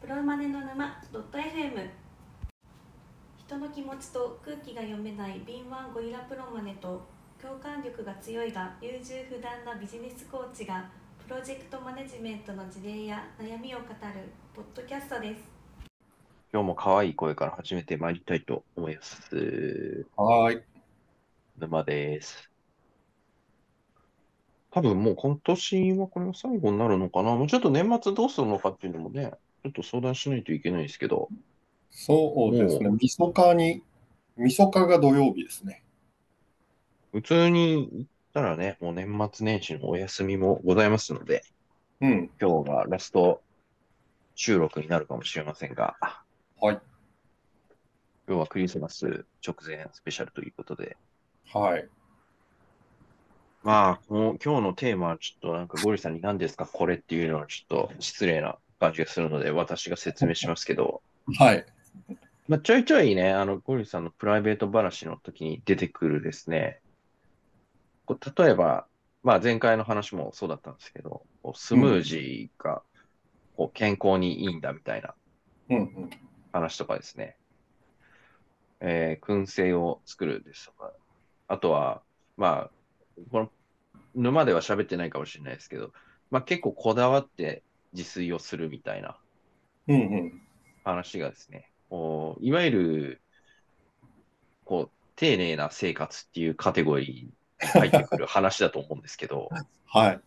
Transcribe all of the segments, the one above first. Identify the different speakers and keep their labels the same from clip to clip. Speaker 1: プロマネの沼ドット FM 人の気持ちと空気が読めない敏腕ゴリラプロマネと共感力が強いが優柔不断なビジネスコーチがプロジェクトマネジメントの事例や悩みを語るポッドキャストです
Speaker 2: 今日も可愛い声から始めてまいりたいと思います。
Speaker 3: はーい。
Speaker 2: 沼です。多分もう今年はこれが最後になるのかな。もうちょっと年末どうするのかっていうのもね、ちょっと相談しないといけないんですけど、
Speaker 3: そうですね。みそかに、みそかが土曜日ですね。
Speaker 2: 普通に行ったらね、もう年末年始のお休みもございますので、
Speaker 3: うん。
Speaker 2: 今日がラスト収録になるかもしれませんが、
Speaker 3: はい。
Speaker 2: 今日はクリスマス直前スペシャルということで、
Speaker 3: はい。
Speaker 2: まあ、もう今日のテーマはちょっとなんかゴリさんに何ですかこれっていうのはちょっと失礼な感じがするので私が説明しますけど、
Speaker 3: はい。
Speaker 2: まあ、ちょいちょいね、あのゴリさんのプライベート話の時に出てくるですね、こう例えば、まあ前回の話もそうだったんですけど、こうスムージーがこう健康にいいんだみたいな
Speaker 3: うんうん。
Speaker 2: 話とかですね、えー燻製を作るですとか、あとは、まあ、この沼では喋ってないかもしれないですけど、まあ、結構こだわって自炊をするみたいな
Speaker 3: うんうん。
Speaker 2: 話がですね、こういわゆるこう丁寧な生活っていうカテゴリーに入ってくる話だと思うんですけど、
Speaker 3: はい。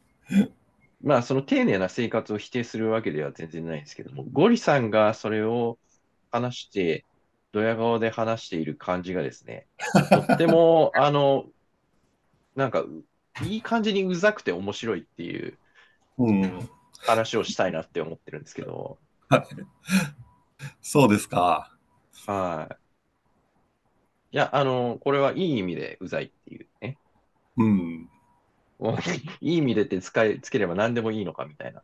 Speaker 2: まあ、その丁寧な生活を否定するわけでは全然ないんですけども、ゴリさんがそれを話して、ドヤ顔で話している感じがですね、とっても、あの、なんか、ういい感じにうざくて面白いっていう
Speaker 3: うん。
Speaker 2: 話をしたいなって思ってるんですけど、
Speaker 3: そうですか。
Speaker 2: はい。いや、あの、これはいい意味でうざいっていうね。
Speaker 3: うん。
Speaker 2: もういい意味でって使いつければ何でもいいのかみたいな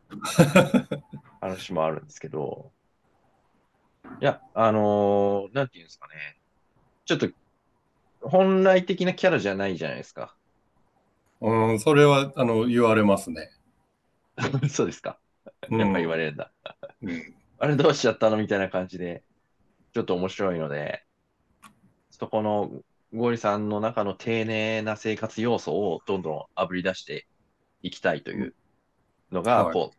Speaker 2: 話もあるんですけど、いや、あのーなんていうんですかね、ちょっと本来的なキャラじゃないじゃないですか。
Speaker 3: うん、それは、あの、言われますね。
Speaker 2: そうですか。
Speaker 3: うん
Speaker 2: やっぱ言われるんだ。
Speaker 3: うん
Speaker 2: あれどうしちゃったのみたいな感じで、ちょっと面白いので、そこのゴリさんの中の丁寧な生活要素をどんどんあぶり出していきたいというのが、
Speaker 3: はい
Speaker 2: こ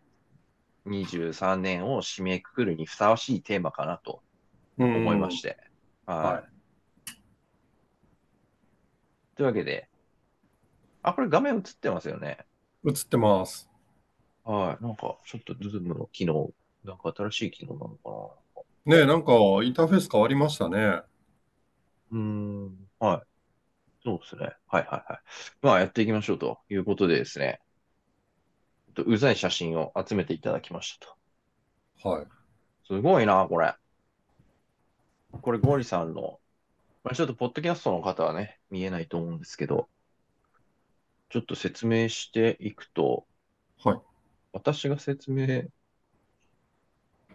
Speaker 2: う、23年を締めくくるにふさわしいテーマかなと
Speaker 3: うん
Speaker 2: 思いまして。はい
Speaker 3: は
Speaker 2: というわけで、あ、これ画面映ってますよね。
Speaker 3: い。映ってます。
Speaker 2: はい。なんか、ちょっとズームの機能、なんか新しい機能なのかな
Speaker 3: ねえ、なんか、インターフェース変わりましたね。
Speaker 2: うーん、はい。そうですね。はいはいはい。まあ、やっていきましょうということでですね。ちょっとうざい写真を集めていただきましたと。
Speaker 3: はい。
Speaker 2: すごいな、これ。これ、ゴリさんの、まあ、ちょっと、ポッドキャストの方はね、見えないと思うんですけど、ちょっと説明していくと、
Speaker 3: はい。
Speaker 2: 私が説明、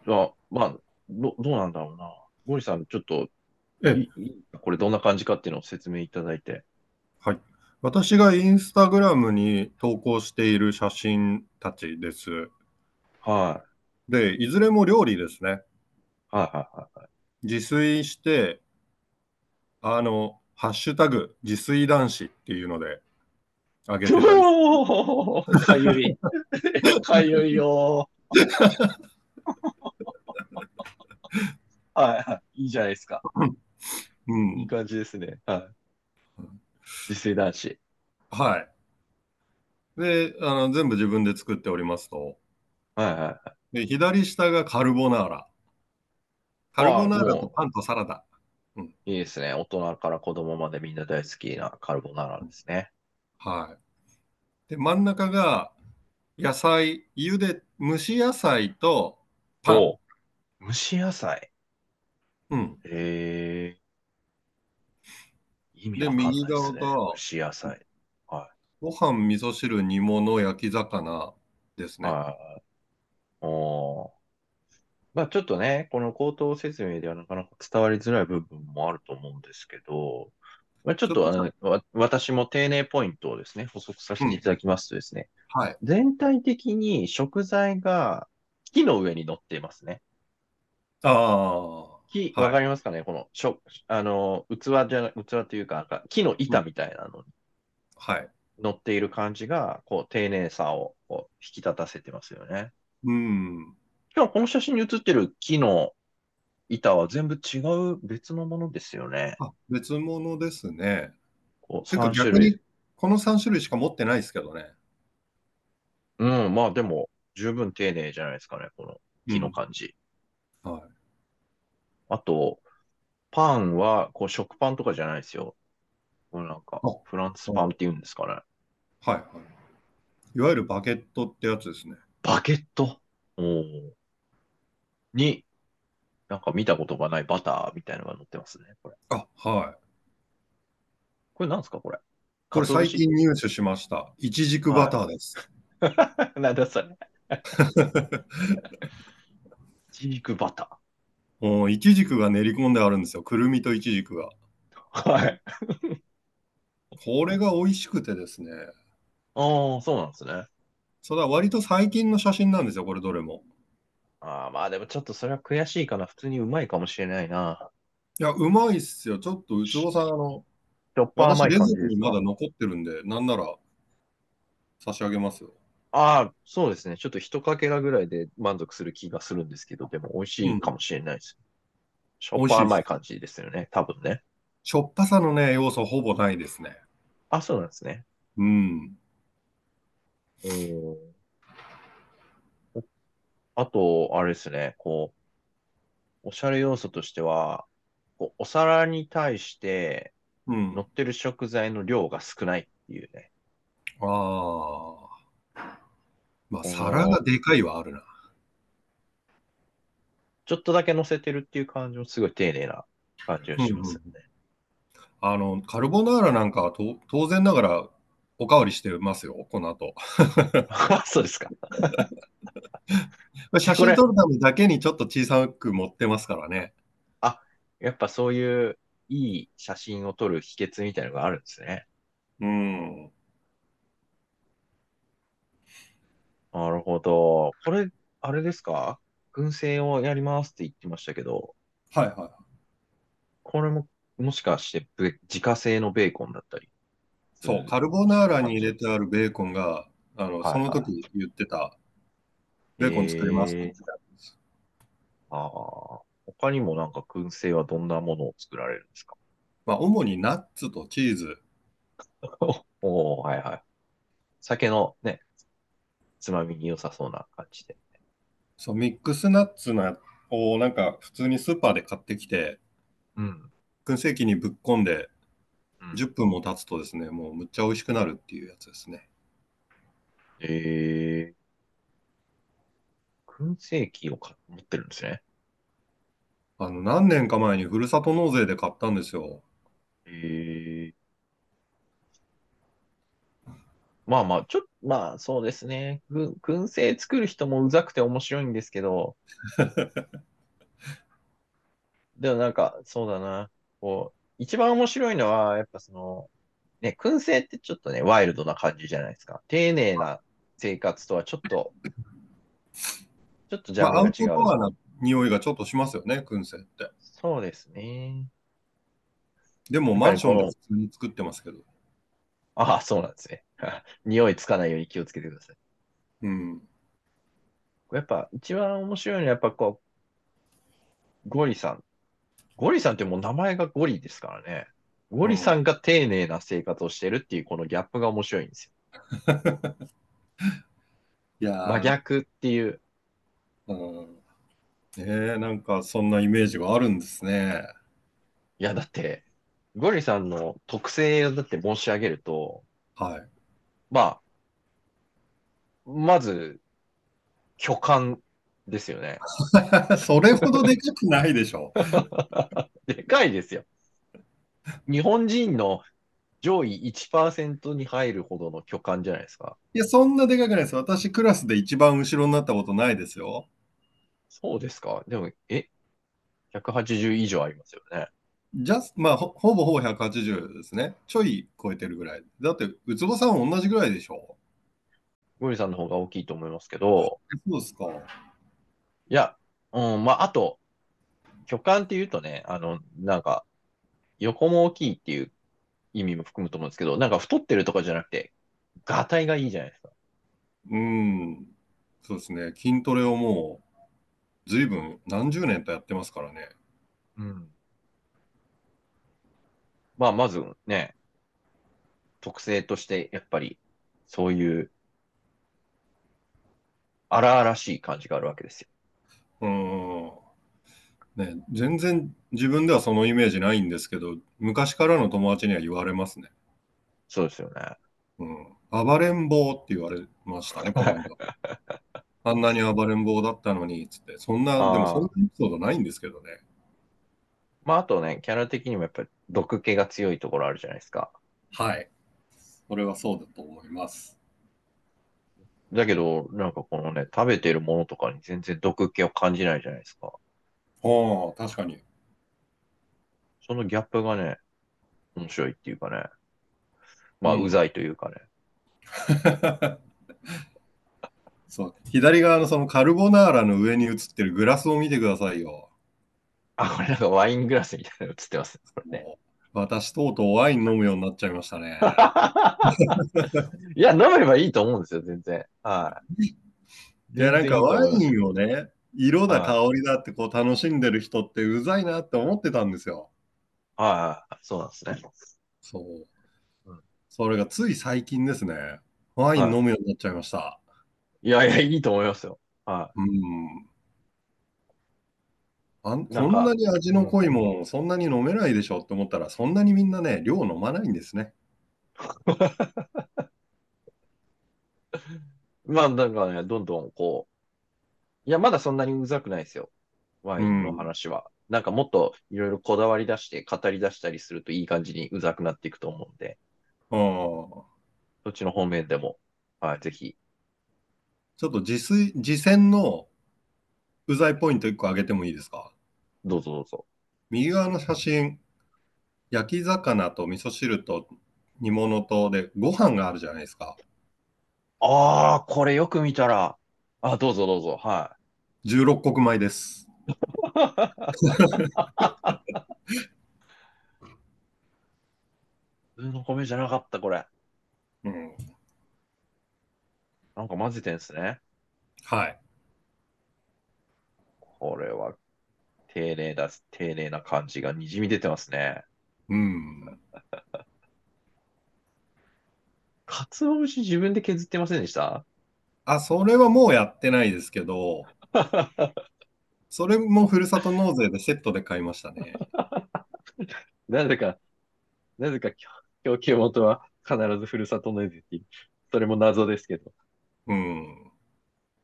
Speaker 2: あ、まあ、ど、どうなんだろうな。ゴリさん、ちょっと、
Speaker 3: え
Speaker 2: いいこれどんな感じかっていうのを説明いただいて。
Speaker 3: 私がインスタグラムに投稿している写真たちです。
Speaker 2: は
Speaker 3: で、いずれも料理ですね。
Speaker 2: い。はいはいはい。
Speaker 3: 自炊して、あの、ハッシュタグ、自炊男子っていうので、あげてたり
Speaker 2: おーかゆい。かゆい よー。はいはい。いいじゃないですか。
Speaker 3: う
Speaker 2: いい
Speaker 3: ん。
Speaker 2: 感じですね。はい
Speaker 3: うん。
Speaker 2: 自炊男子。
Speaker 3: はい。で、あの、全部自分で作っておりますと。
Speaker 2: はいはいはい。
Speaker 3: で、左下がカルボナーラ。カルボナーラ
Speaker 2: あも
Speaker 3: と
Speaker 2: う
Speaker 3: パンとサラダ。
Speaker 2: いいですね。大人から子供までみんな大好きなカルボナーラですね。
Speaker 3: はい。で、真ん中が、野菜、茹で、蒸し野菜とパン。
Speaker 2: お蒸し野菜。
Speaker 3: うん。
Speaker 2: へえ。意味
Speaker 3: で
Speaker 2: わかんないですね。
Speaker 3: 右側が
Speaker 2: 蒸し野菜。
Speaker 3: ご飯、味噌汁、煮物、焼き魚ですね。
Speaker 2: はい。おーまあちょっとね、この口頭説明ではなかなか伝わりづらい部分もあると思うんですけど、まあ、ちょっとあのわ私も丁寧ポイントをですね、補足させていただきますとですね、
Speaker 3: はい。
Speaker 2: 全体的に食材が木の上に乗っていますね。
Speaker 3: ああ、
Speaker 2: 木、
Speaker 3: はい
Speaker 2: わかりますかねこの、しょ、あの、器じゃな、器というか、なんか木の板みたいなのに
Speaker 3: はい。
Speaker 2: 乗っている感じが、こう、丁寧さをこう引き立たせてますよね。
Speaker 3: うん。
Speaker 2: 今日この写真に写ってる木の板は全部違う別のものですよね。
Speaker 3: あ、別物ですね。
Speaker 2: こう
Speaker 3: て
Speaker 2: 3
Speaker 3: か
Speaker 2: 種
Speaker 3: 逆
Speaker 2: 類。
Speaker 3: に、この3種類しか持ってないですけどね。
Speaker 2: うん、まあでも、十分丁寧じゃないですかね、この木の感じ。
Speaker 3: うんはい。
Speaker 2: あと、パンは、こう、食パンとかじゃないですよ。これなんか
Speaker 3: あ、
Speaker 2: フランスパンって言うんですかね。
Speaker 3: はいはい。いわゆるバケットってやつですね。
Speaker 2: バケットおーに、なんか見たことがないバターみたいなのが乗ってますね、これ。
Speaker 3: あ、はい。
Speaker 2: これなんですか、これ。
Speaker 3: これ
Speaker 2: 鰹
Speaker 3: 最
Speaker 2: 節
Speaker 3: 近ニュースしました。いちじくバターです。
Speaker 2: なんだ それ。ジークバタ
Speaker 3: もういちじくが練り込んであるんですよ。くるみといちじくが。
Speaker 2: ー。はい。
Speaker 3: これが美味しくてですね。
Speaker 2: ああ、そうなんですね。
Speaker 3: それは割と最近の写真なんですよ、これどれも。
Speaker 2: ああ、まあでもちょっとそれは悔しいかな。普通にうまいかもしれないな。
Speaker 3: いや、うまいっすよ。ちょっと、うつぼさん、あの、
Speaker 2: ちょっぱ
Speaker 3: 私、
Speaker 2: 甘い
Speaker 3: レ
Speaker 2: 感
Speaker 3: ズ
Speaker 2: じで
Speaker 3: に
Speaker 2: す
Speaker 3: ま
Speaker 2: か
Speaker 3: だ残ってるんで、なんなら差し上げますよ。
Speaker 2: ああ、そうですね。ちょっと一かけらぐらいで満足する気がするんですけど、でも美味しいかもしれないです。しょっぱ甘い感じですよね。多分ね。
Speaker 3: しょっぱさのね、要素ほぼないですね。
Speaker 2: あ、そうなんですね。
Speaker 3: うん。
Speaker 2: うんあと、あれですね、こう、おしゃれ要素としては、こうお皿に対して
Speaker 3: うん。
Speaker 2: 乗ってる食材の量が少ないっていうね。
Speaker 3: ああ。まあ、
Speaker 2: この
Speaker 3: 皿がでかいはあるな。
Speaker 2: ちょっとだけ乗せてるっていう感じもすごい丁寧な感じがしますよね。
Speaker 3: あの、カルボナーラなんかはと当然ながらおかわりしてますよ、この後。
Speaker 2: そうですか。
Speaker 3: 写真撮るためだけにちょっと小さく持ってますからね。
Speaker 2: やっぱそういういい写真を撮る秘訣みたいなのがあるんですね。
Speaker 3: うん。
Speaker 2: なるほど。これ、あれですか燻製をやりますって言ってましたけど、
Speaker 3: はいは
Speaker 2: これも、もしかしてベ、自家製のベーコンだったり。
Speaker 3: い。そう、
Speaker 2: ん
Speaker 3: カルボナーラに入れてあるベーコンが、あの、
Speaker 2: はい
Speaker 3: その時言ってた、ベーコン作りますっ
Speaker 2: へ
Speaker 3: て言
Speaker 2: ー
Speaker 3: ってたやつ
Speaker 2: ああ。他にもなんか燻製はどんなものを作られるんですか
Speaker 3: まあ、主にナッツとチーズ。
Speaker 2: おおはいはい。酒のね、つまみに良さそうな感じで。
Speaker 3: そう、ミックスナッツなをなんか普通にスーパーで買ってきて、
Speaker 2: うん。
Speaker 3: 燻製器にぶっ込んで、
Speaker 2: うん
Speaker 3: 10分も経つとですね、もうむっちゃ美味しくなるっていうやつですね。
Speaker 2: ええ燻製器を買っ持ってるんですね。
Speaker 3: あの、何年か前にふるさと納税で買ったんですよ。
Speaker 2: ええまあまあ、ちょっと、まあそうですね。ぐ燻製作る人もうざくて面白いんですけ ど、でもなんか、そうだな。こう、一番面白いのは、やっぱその、ね、燻製ってちょっとね、ワイルドな感じじゃないですか。丁寧な生活とはちょっ と、ちょっとジ
Speaker 3: ま
Speaker 2: ャ
Speaker 3: あ、ア
Speaker 2: ン
Speaker 3: ウ
Speaker 2: ル
Speaker 3: ト
Speaker 2: が違う。
Speaker 3: ドアな匂いがちょっとしますよね、燻製って。
Speaker 2: そうですね。
Speaker 3: でも、マンションで普通に作ってますけど。
Speaker 2: ああ、そうなんですね。 匂いつかないように気をつけてください。
Speaker 3: うん。
Speaker 2: やっぱ一番面白いのはやっぱこう、ゴリさん。ゴリさんってもう名前がゴリですからね。ゴリさんが丁寧な生活をしてるっていうこのギャップが面白いんですよ。
Speaker 3: いやー
Speaker 2: 真逆っていう。
Speaker 3: うん。ねえ、なんかそんなイメージがあるんですね。
Speaker 2: いや、だって、ゴリさんの特性をだって申し上げると、
Speaker 3: はい。
Speaker 2: まあ、まず、巨漢ですよね。
Speaker 3: それほどでかくないでしょ。
Speaker 2: でかいですよ。日本人の上位1%に入るほどの巨漢じゃないですか。
Speaker 3: いや、そんなでかくないです。私、クラスで一番後ろになったことないですよ。
Speaker 2: そうですか。でも、え、180以上ありますよね。
Speaker 3: じゃ、まあ、ほほぼほぼ180ですね。ちょい超えてるぐらい。だって、ウツボさんは同じぐらいでしょ。
Speaker 2: ゴリさんの方が大きいと思いますけど、
Speaker 3: そうですか。
Speaker 2: いや、うん、まあ、あと、巨漢っていうとね、あの、なんか、横も大きいっていう意味も含むと思うんですけど、なんか太ってるとかじゃなくて、ガタイがいいじゃないですか。
Speaker 3: うん、そうですね、筋トレをもう、ずいぶん何十年とやってますからね。
Speaker 2: うん。まあ、まずね、特性として、やっぱり、そういう、荒々しい感じがあるわけですよ。
Speaker 3: うん。ね、全然自分ではそのイメージないんですけど、昔からの友達には言われますね。
Speaker 2: そうですよね。
Speaker 3: うん。暴れん坊って言われました ね、パパにはあんなに暴れん坊だったのに、つって。そんな、で
Speaker 2: あー
Speaker 3: もそんなエピソードないんですけどね。
Speaker 2: まあ、あとね、キャラ的にもやっぱり毒気が強いところあるじゃないですか。
Speaker 3: はい。それはそうだと思います。
Speaker 2: だけど、なんかこのね、食べてるものとかに全然毒気を感じないじゃないですか。
Speaker 3: ああ、確かに。
Speaker 2: そのギャップがね、面白いっていうかね、まあ、
Speaker 3: うん
Speaker 2: うざいというかね。
Speaker 3: そう左側のそのカルボナーラの上に映ってるグラスを見てくださいよ。
Speaker 2: あ、これなんかワイングラスみたいなの映ってますね。これね。
Speaker 3: もう私とうとうワイン飲むようになっちゃいました ね。
Speaker 2: いや、飲めばいいと思うんですよ、全然。はい。
Speaker 3: いやなんかワ
Speaker 2: 全然いいと思い
Speaker 3: インをね、色だ
Speaker 2: はい
Speaker 3: 香りだってこう楽しんでる人ってうざいなって思ってたんですよ。
Speaker 2: ますはいはいはい、そうなんですね。
Speaker 3: そう
Speaker 2: うん。
Speaker 3: それがつい最近ですね。ワイン
Speaker 2: はい
Speaker 3: 飲むようになっちゃいました。
Speaker 2: いやいや、いいと思いますよ。は
Speaker 3: うん。あん
Speaker 2: なん
Speaker 3: こ
Speaker 2: か
Speaker 3: んなに味の濃いもん、そんなに飲めないでしょって思ったら、そんなにみんなね、量飲まないんですね。
Speaker 2: い。まあ、なんかね、どんどんこう、いや、まだそんなにうざくないですよ。ワインの話は。なんかもっといろいろこだわり出して、語り出したりするといい感じにうざくなっていくと思うんで。
Speaker 3: うん。
Speaker 2: そっちの方面でも、はい、ぜひ。
Speaker 3: ちょっと自炊、自戦のうざいポイント1個挙げてもいいですか
Speaker 2: どうぞどうぞ。
Speaker 3: 右側の写真、焼き魚と味噌汁と煮物とで、ご飯があるじゃないですか。
Speaker 2: ああ、これよく見たら、あ、どうぞどうぞ、は
Speaker 3: 16穀米です。
Speaker 2: い。普通の米じゃなかった、これ。
Speaker 3: うん。
Speaker 2: なんか混ぜてんすね。
Speaker 3: はい。
Speaker 2: これは、丁寧だ、丁寧な感じがにじみ出てますね。
Speaker 3: うん。
Speaker 2: かつお節自分で削ってませんでした
Speaker 3: あ、それはもうやってないですけど、それもふるさと納税でセットで買いましたね。
Speaker 2: なぜか、なぜか供供給元は必ずふるさと納税っていう、それも謎ですけど。
Speaker 3: うん。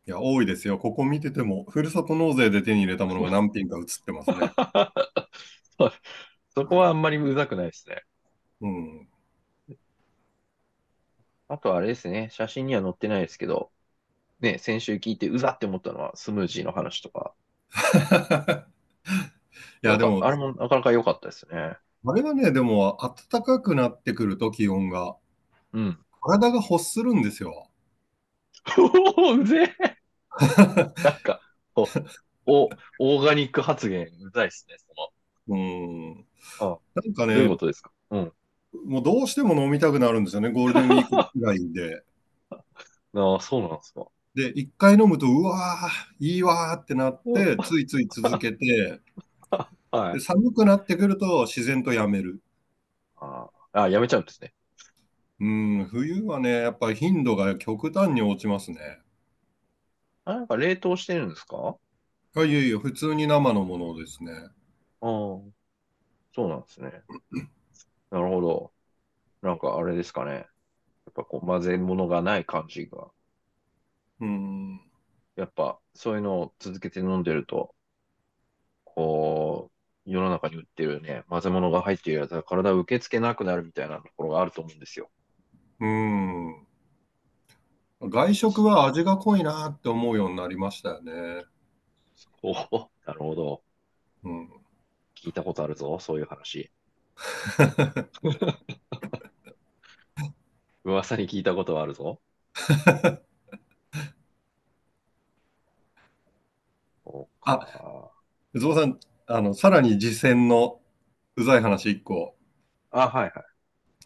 Speaker 3: いや、多いですよ。ここ見てても、ふるさと納税で手に入れたものが何品か写ってますね。
Speaker 2: そうそこはあんまりうざくないですね。
Speaker 3: うん。
Speaker 2: あとあれですね、写真には載ってないですけど、ね、先週聞いてうざって思ったのはスムージーの話とか、
Speaker 3: いや、で
Speaker 2: なん
Speaker 3: も
Speaker 2: かあ、れもなかなか良かったです ね。
Speaker 3: あれはね、でも、暖かくなってくると、気温が、
Speaker 2: うん。
Speaker 3: 体が欲するんですよ。
Speaker 2: おお、うぜえなんか、お、お、オーガニック発言、うざいですね、その。
Speaker 3: うん。
Speaker 2: あ
Speaker 3: なんか
Speaker 2: どういう
Speaker 3: ね
Speaker 2: こ、とですかうん。
Speaker 3: もうどうしても飲みたくなるんですよね、ゴールデンウィークぐらいで。
Speaker 2: ああ、そうなんですか。
Speaker 3: で、一回飲むと、うわー、いいわーってなって、ついつい続けて、
Speaker 2: は
Speaker 3: で
Speaker 2: い。
Speaker 3: 寒くなってくると自然とやめる。
Speaker 2: あーあ、やめちゃうんですね。
Speaker 3: うん、冬はね、やっぱり頻度が極端に落ちますね。
Speaker 2: あ、なんか冷凍してるんですか
Speaker 3: あ、いえいえ、普通に生のものですね。
Speaker 2: ああ、そうなんですね。 なるほど。なんかあれですかね。やっぱこう混ぜ物がない感じが。
Speaker 3: うん、
Speaker 2: やっぱそういうのを続けて飲んでると、こう、世の中に売ってるね、混ぜ物が入っているやつは体を受け付けなくなるみたいなところがあると思うんですよ。
Speaker 3: うん。外食は味が濃いなって思うようになりましたよね。
Speaker 2: おお、なるほど。
Speaker 3: うん。
Speaker 2: 聞いたことあるぞ、そういう話。噂に聞いたことはある ぞ。そうか
Speaker 3: ゾウさん、あの、さらに実践のうざい話1個。
Speaker 2: あ、はいはい。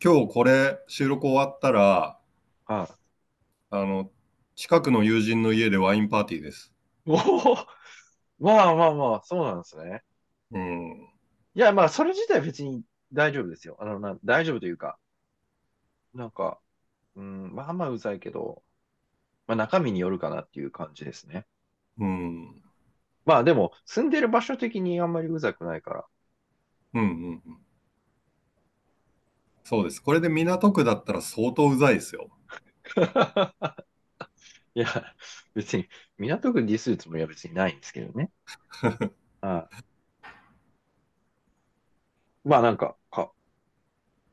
Speaker 3: 今日これ収録終わったら、
Speaker 2: あ
Speaker 3: あの、近くの友人の家でワインパーティーです。
Speaker 2: おお、まあまあまあ、そうなんですね。
Speaker 3: うん。
Speaker 2: いや、まあ、それ自体別に大丈夫ですよ。あの、な、大丈夫というか、なんか、うん、まあまあうざいけど、まあ中身によるかなっていう感じですね。
Speaker 3: うん。
Speaker 2: まあでも、住んでる場所的にあんまりうざくないから。
Speaker 3: うんうんうん。そうです。これで港区だったら相当うざいですよ。
Speaker 2: いや、別に、港区ディスるつもりは別にないんですけどね。はいまあなんか、か、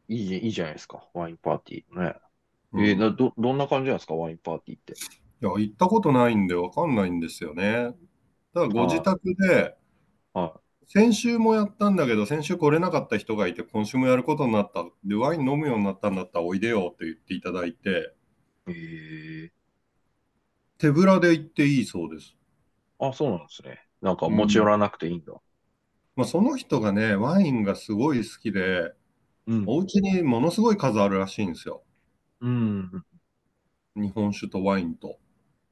Speaker 2: いいじゃ、いいじゃないですか。ワインパーティーね。 えー
Speaker 3: うん
Speaker 2: な、ど、どんな感じなんですかワインパーティーって。
Speaker 3: いや、行ったことないんでわかんないんですよね。ただご自宅で、
Speaker 2: は
Speaker 3: 先週もやったんだけど、先週来れなかった人がいて、今週もやることになった。で、ワイン飲むようになったんだったらおいでよって言っていただいて、
Speaker 2: い。え
Speaker 3: 手ぶらで行っていいそうです。
Speaker 2: ー、あ、そうなんですね。なんか持ち寄らなくていいんだ。
Speaker 3: まあ、その人がね、ワインがすごい好きで、
Speaker 2: うん。
Speaker 3: お家にものすごい数あるらしいんですよ。
Speaker 2: うん。
Speaker 3: 日本酒とワインと。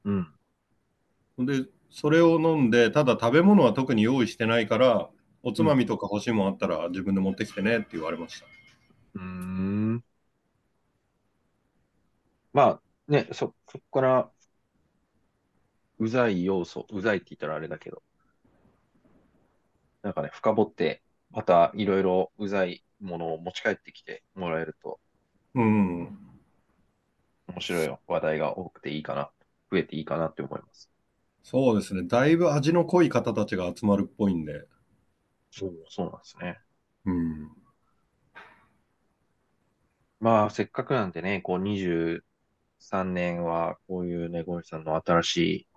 Speaker 2: うん。
Speaker 3: で、それを飲んで、ただ食べ物は特に用意してないから、おつまみとか欲しいもんあったら自分で持ってきてねって言われました。
Speaker 2: うーん。まあ、ね、そ、そこから、うざい要素、うざいって言ったらあれだけど、なんかね、深掘って、またいろいろうざいものを持ち帰ってきてもらえると、
Speaker 3: うん。
Speaker 2: 面白いよ話題が多くていいかな、増えていいかなって思います。
Speaker 3: そうですね。だいぶ味の濃い方たちが集まるっぽいんで。
Speaker 2: そう、そうなんですね。
Speaker 3: うん。
Speaker 2: まあ、せっかくなんでね、こう23年は、こういうね、ゴリさんの新しい、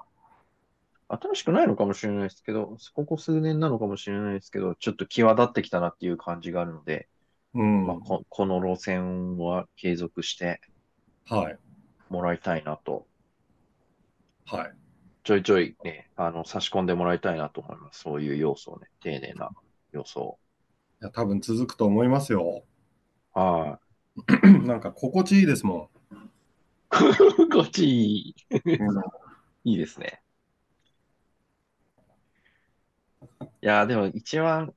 Speaker 2: 新しくないのかもしれないですけど、ここ数年なのかもしれないですけど、ちょっと際立ってきたなっていう感じがあるので、
Speaker 3: うん。
Speaker 2: まあ、こ、この路線は継続して
Speaker 3: はい。
Speaker 2: もらいたいなと、
Speaker 3: はい。
Speaker 2: ちょいちょいね、あの、差し込んでもらいたいなと思います。そういう要素をね、丁寧な要素を。
Speaker 3: いや、多分続くと思いますよ。
Speaker 2: は
Speaker 3: なんか心地いいですも
Speaker 2: い。 こっちいい、
Speaker 3: ん。うん
Speaker 2: いいですね。いやー、でも一番、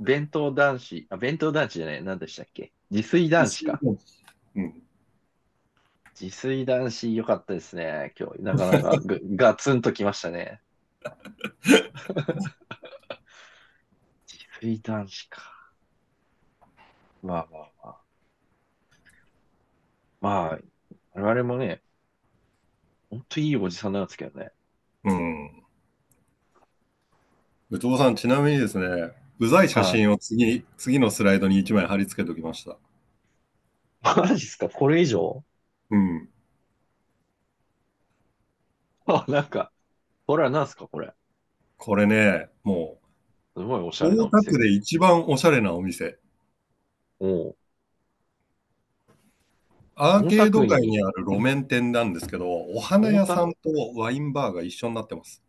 Speaker 2: 弁当男子、あ、弁当男子じゃない、何でしたっけ自炊男子か。。
Speaker 3: うん。
Speaker 2: 自炊男子良かったですね。今日、なか なかぐガツンときました ね。自炊男子か。まあまあまあ。まあ、我々もね、ほんといいおじさんなんですけどね。
Speaker 3: うん。宇藤さん、ちなみにですね、うざい写真を次に、次のスライドに1枚貼り付けておきました。
Speaker 2: マジっすかこれ以上
Speaker 3: うん。
Speaker 2: あ、なんか、これは何すかこれ。
Speaker 3: これね、も
Speaker 2: すごいおし
Speaker 3: う、
Speaker 2: ゃれな
Speaker 3: 大
Speaker 2: お
Speaker 3: 田
Speaker 2: 店
Speaker 3: 区。で一番おしゃれなお店。
Speaker 2: おう
Speaker 3: アーケード街にある路面店なんですけど、お花屋さんとワインバーが一緒になってます。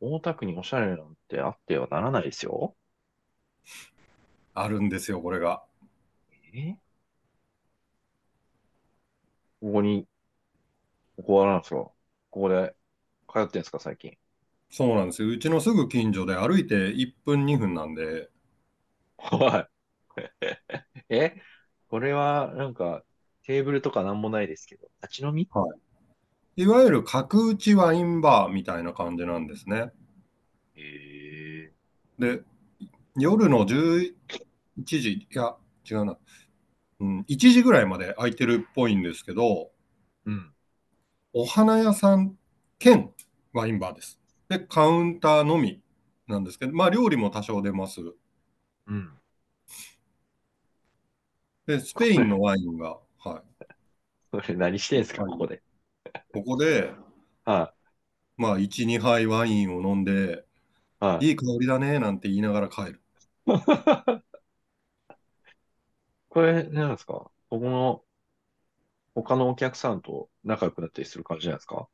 Speaker 2: 大田区におしゃれなんてあってはならないですよ。
Speaker 3: あるんですよ、これが。
Speaker 2: えここに、ここはなんですかここで通ってんすか最近。
Speaker 3: そうなんですよ。うちのすぐ近所で歩いて1分、2分なんで、
Speaker 2: はい。 えこれは、なんか、テーブルとかなんもないですけど、立ち飲み
Speaker 3: いわゆる角打ちワインバーみたいな感じなんですね。
Speaker 2: へえ
Speaker 3: で、夜の11時、いや、違うな。うん、1時ぐらいまで空いてるっぽいんですけど、
Speaker 2: うん。
Speaker 3: お花屋さん兼ワインバーです。で、カウンターのみなんですけど、まあ料理も多少出ます。
Speaker 2: うん。
Speaker 3: で、スペインのワインが、は
Speaker 2: これ何してんすか
Speaker 3: はい
Speaker 2: ここで。
Speaker 3: い、ここで、
Speaker 2: は
Speaker 3: まあ、1、2杯ワインを飲んで、
Speaker 2: い。はい。
Speaker 3: いい香りだねなんて言いながら帰る。
Speaker 2: これ、なんですかここの、他のお客さんと仲良くなったりする感じなんですか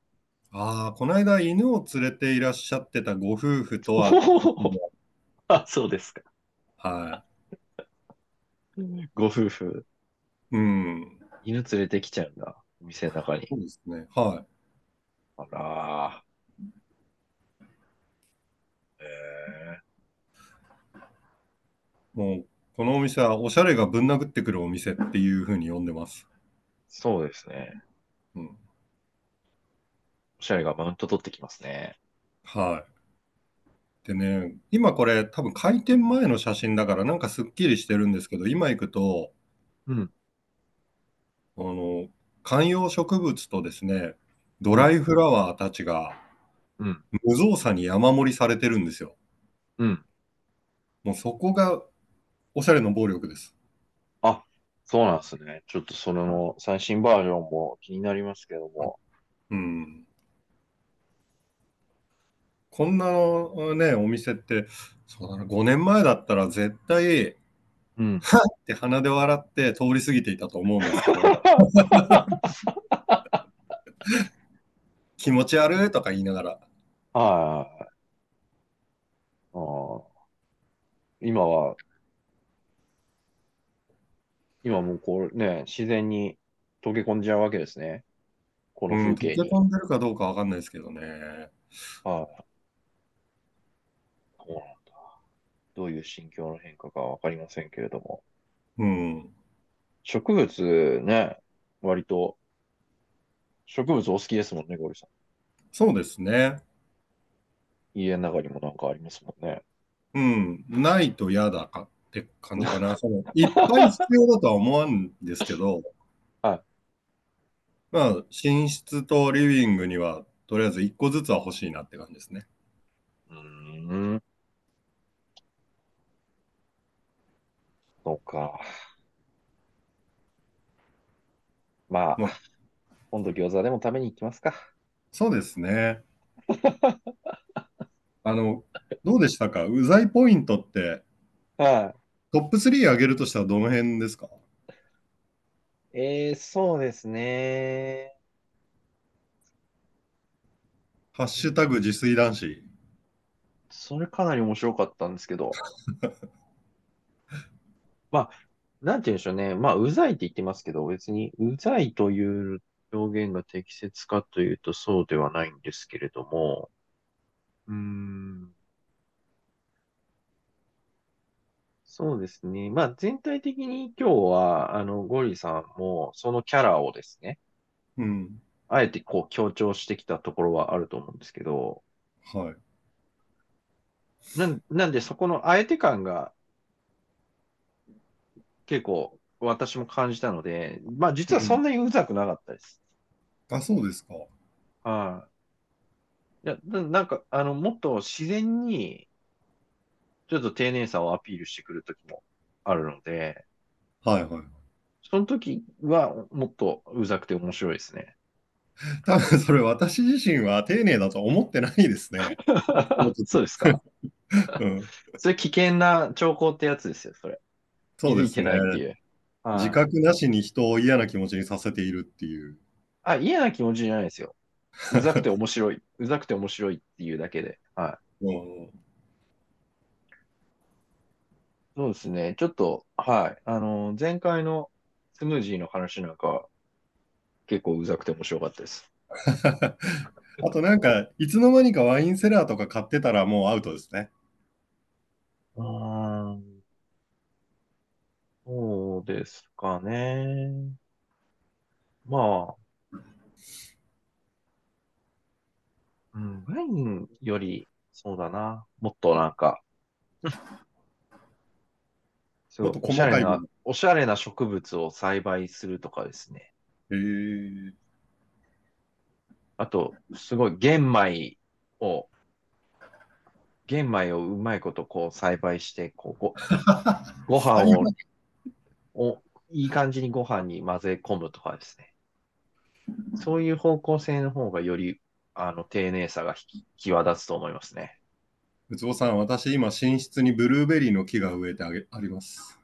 Speaker 3: ああ、この間、犬を連れていらっしゃってたご夫婦とは、
Speaker 2: おお あ、そうですか。
Speaker 3: は
Speaker 2: ご夫婦、
Speaker 3: い。うん。
Speaker 2: 犬連れてきちゃうんだ。お店の中に。
Speaker 3: そうですね。は
Speaker 2: あらー。え
Speaker 3: い。もう、このお店はおしゃれがぶん殴ってくるお店っていうふうに呼んでます。
Speaker 2: そうですね。
Speaker 3: うん。
Speaker 2: おしゃれがマウント取ってきますね。
Speaker 3: はい。でね、今これ多分開店前の写真だからなんかすっきりしてるんですけど、今行くと、
Speaker 2: うん。
Speaker 3: あの、観葉植物とですね、ドライフラワーたちが
Speaker 2: うん
Speaker 3: 無造作に山盛りされてるんですよ。
Speaker 2: うん。
Speaker 3: もうそこがおしゃれの暴力です。
Speaker 2: そうなんですね。ちょっとそれの最新バージョンも気になりますけども。
Speaker 3: うん。こんなのね、お店って、そうだな、5年前だったら絶対、っ
Speaker 2: うん。
Speaker 3: て鼻で笑って通り過ぎていたと思うんですけど、気持ち悪いとか言いながら、
Speaker 2: はいはいはい。ああ。今は、今もうこうね、自然に溶け込んじゃうわけですね。この
Speaker 3: うん、
Speaker 2: 風
Speaker 3: 溶け
Speaker 2: 景に。
Speaker 3: 込んでるかどうかわかんないですけどね。
Speaker 2: はい。そうなんだ。どういう心境の変化かわかりませんけれども。
Speaker 3: うん。
Speaker 2: 植物ね、割と、植物お好きですもんね、ゴリさん。
Speaker 3: そうですね。
Speaker 2: 家の中にもなんかありますもんね。
Speaker 3: うん。ないと嫌だかって感じ かな。そのいっぱい必要だとは思わんですけど、
Speaker 2: はい
Speaker 3: まあ、寝室とリビングには、とりあえず1個ずつは欲しいなって感じですね。
Speaker 2: うーん。そうか。まあ
Speaker 3: まあ、
Speaker 2: 今度餃子でも食べに行きますか。
Speaker 3: そうですね。 あの、どうでしたかうざいポイントって、
Speaker 2: は
Speaker 3: トップ3上げるとしたらどの辺ですか
Speaker 2: い。えー、そうですね。
Speaker 3: ハッシュタグ自炊男子。
Speaker 2: それかなり面白かったんですけど。まあ、なんて言うんでしょうね。まあ、うざいって言ってますけど、別にうざいという表現が適切かというとそうではないんですけれども、うーん。そうですね。まあ、全体的に今日は、あの、ゴリさんも、そのキャラをですね、
Speaker 3: うん。
Speaker 2: あえてこう強調してきたところはあると思うんですけど、
Speaker 3: はい。
Speaker 2: なん、なんで、そこのあえて感が結構私も感じたので、まあ実はそんなにうざくなかったです。
Speaker 3: あ、そうですか。
Speaker 2: はい。いや、ななんか、あの、もっと自然に、ちょっと丁寧さをアピールしてくる時もあるので、
Speaker 3: はいはい。
Speaker 2: その時はもっとうざくて面白いですね。
Speaker 3: 多分それ私自身は丁寧だと思ってないですね。
Speaker 2: そうですか。
Speaker 3: うん、
Speaker 2: それ危険な兆候ってやつですよ、それ。
Speaker 3: そうです
Speaker 2: 気づいて
Speaker 3: ね
Speaker 2: ない。っていう。はい
Speaker 3: 自覚なしに人を嫌な気持ちにさせているっていう。
Speaker 2: あ、嫌な気持ちじゃないですよ。うざくて面白い。うざくて面白いっていうだけで。は
Speaker 3: うん
Speaker 2: い。そうですね。ちょっと、はい。あの、前回のスムージーの話なんかは、結構うざくて面白かったです。
Speaker 3: あとなんか、いつの間にかワインセラーとか買ってたらもうアウトですね。
Speaker 2: うん。そうですかね。まあ。うん、ワインより、そうだな。もっとなんか、すごい
Speaker 3: もっと
Speaker 2: お
Speaker 3: 細
Speaker 2: しゃ
Speaker 3: か
Speaker 2: れ
Speaker 3: い
Speaker 2: な、おしゃれな植物を栽培するとかですね。
Speaker 3: へ え。
Speaker 2: あと、すごい玄米を、玄米をうまいことこう栽培して、こうごご飯を お、いい感じにご飯に混ぜ込むとかですね。そういう方向性の方がより、あの、丁寧さが引き際立つと思いますね。
Speaker 3: うつぼさん、私今寝室にブルーベリーの木が植えてあげあります。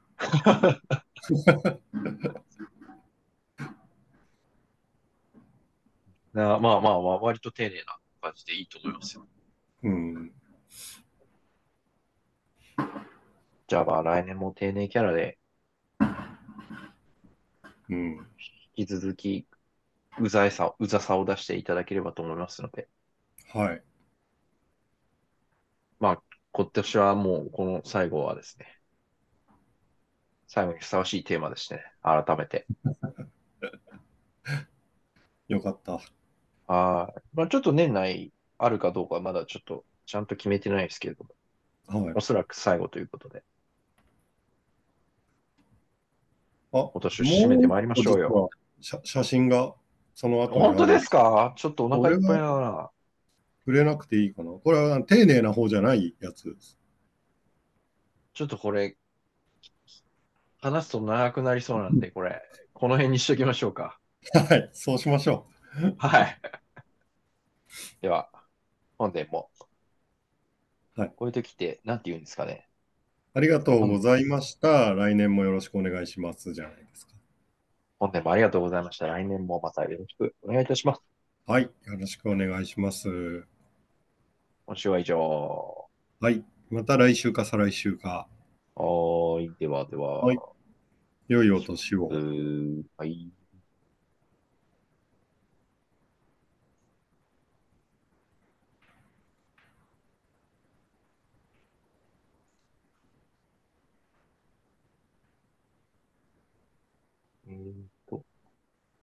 Speaker 2: なまあまあ、わ割と丁寧な感じでいいと思いますよ。
Speaker 3: うん。
Speaker 2: じゃあまあ来年も丁寧キャラで
Speaker 3: うん。
Speaker 2: 引き続きうざいさ、うざさを出していただければと思いますので、
Speaker 3: はい。
Speaker 2: 今年はもうこの最後はですね、最後にふさわしいテーマでしたね、改めて。
Speaker 3: よかった。
Speaker 2: はい。まあちょっと年内あるかどうかはまだちょっとちゃんと決めてないですけれども、
Speaker 3: はい
Speaker 2: お。そらく最後ということで、
Speaker 3: あ、
Speaker 2: 今年を締めてまいりましょうよ。
Speaker 3: もう一つは。写写真がその後にある
Speaker 2: 本当ですかちょっとお腹いっぱいだな。
Speaker 3: 触れなくていいかな。これは丁寧な方じゃないやつです。
Speaker 2: ちょっとこれ、話すと長くなりそうなんで、これ、この辺にしときましょうか。
Speaker 3: はい。そうしましょ
Speaker 2: はい。では、本年も。
Speaker 3: はい
Speaker 2: こういう時って、なんて言うんですかね。
Speaker 3: う。ありがとうございました。来年もよろしくお願いしますじゃないですか。
Speaker 2: 本年もありがとうございました。来年もまたよろしくお願いいたします。
Speaker 3: はい。よろしくお願いします。
Speaker 2: 今週は以上。
Speaker 3: はい。また来週か再来週か。
Speaker 2: はーい。ではでは。
Speaker 3: はい良いお年を
Speaker 2: う。ーはい。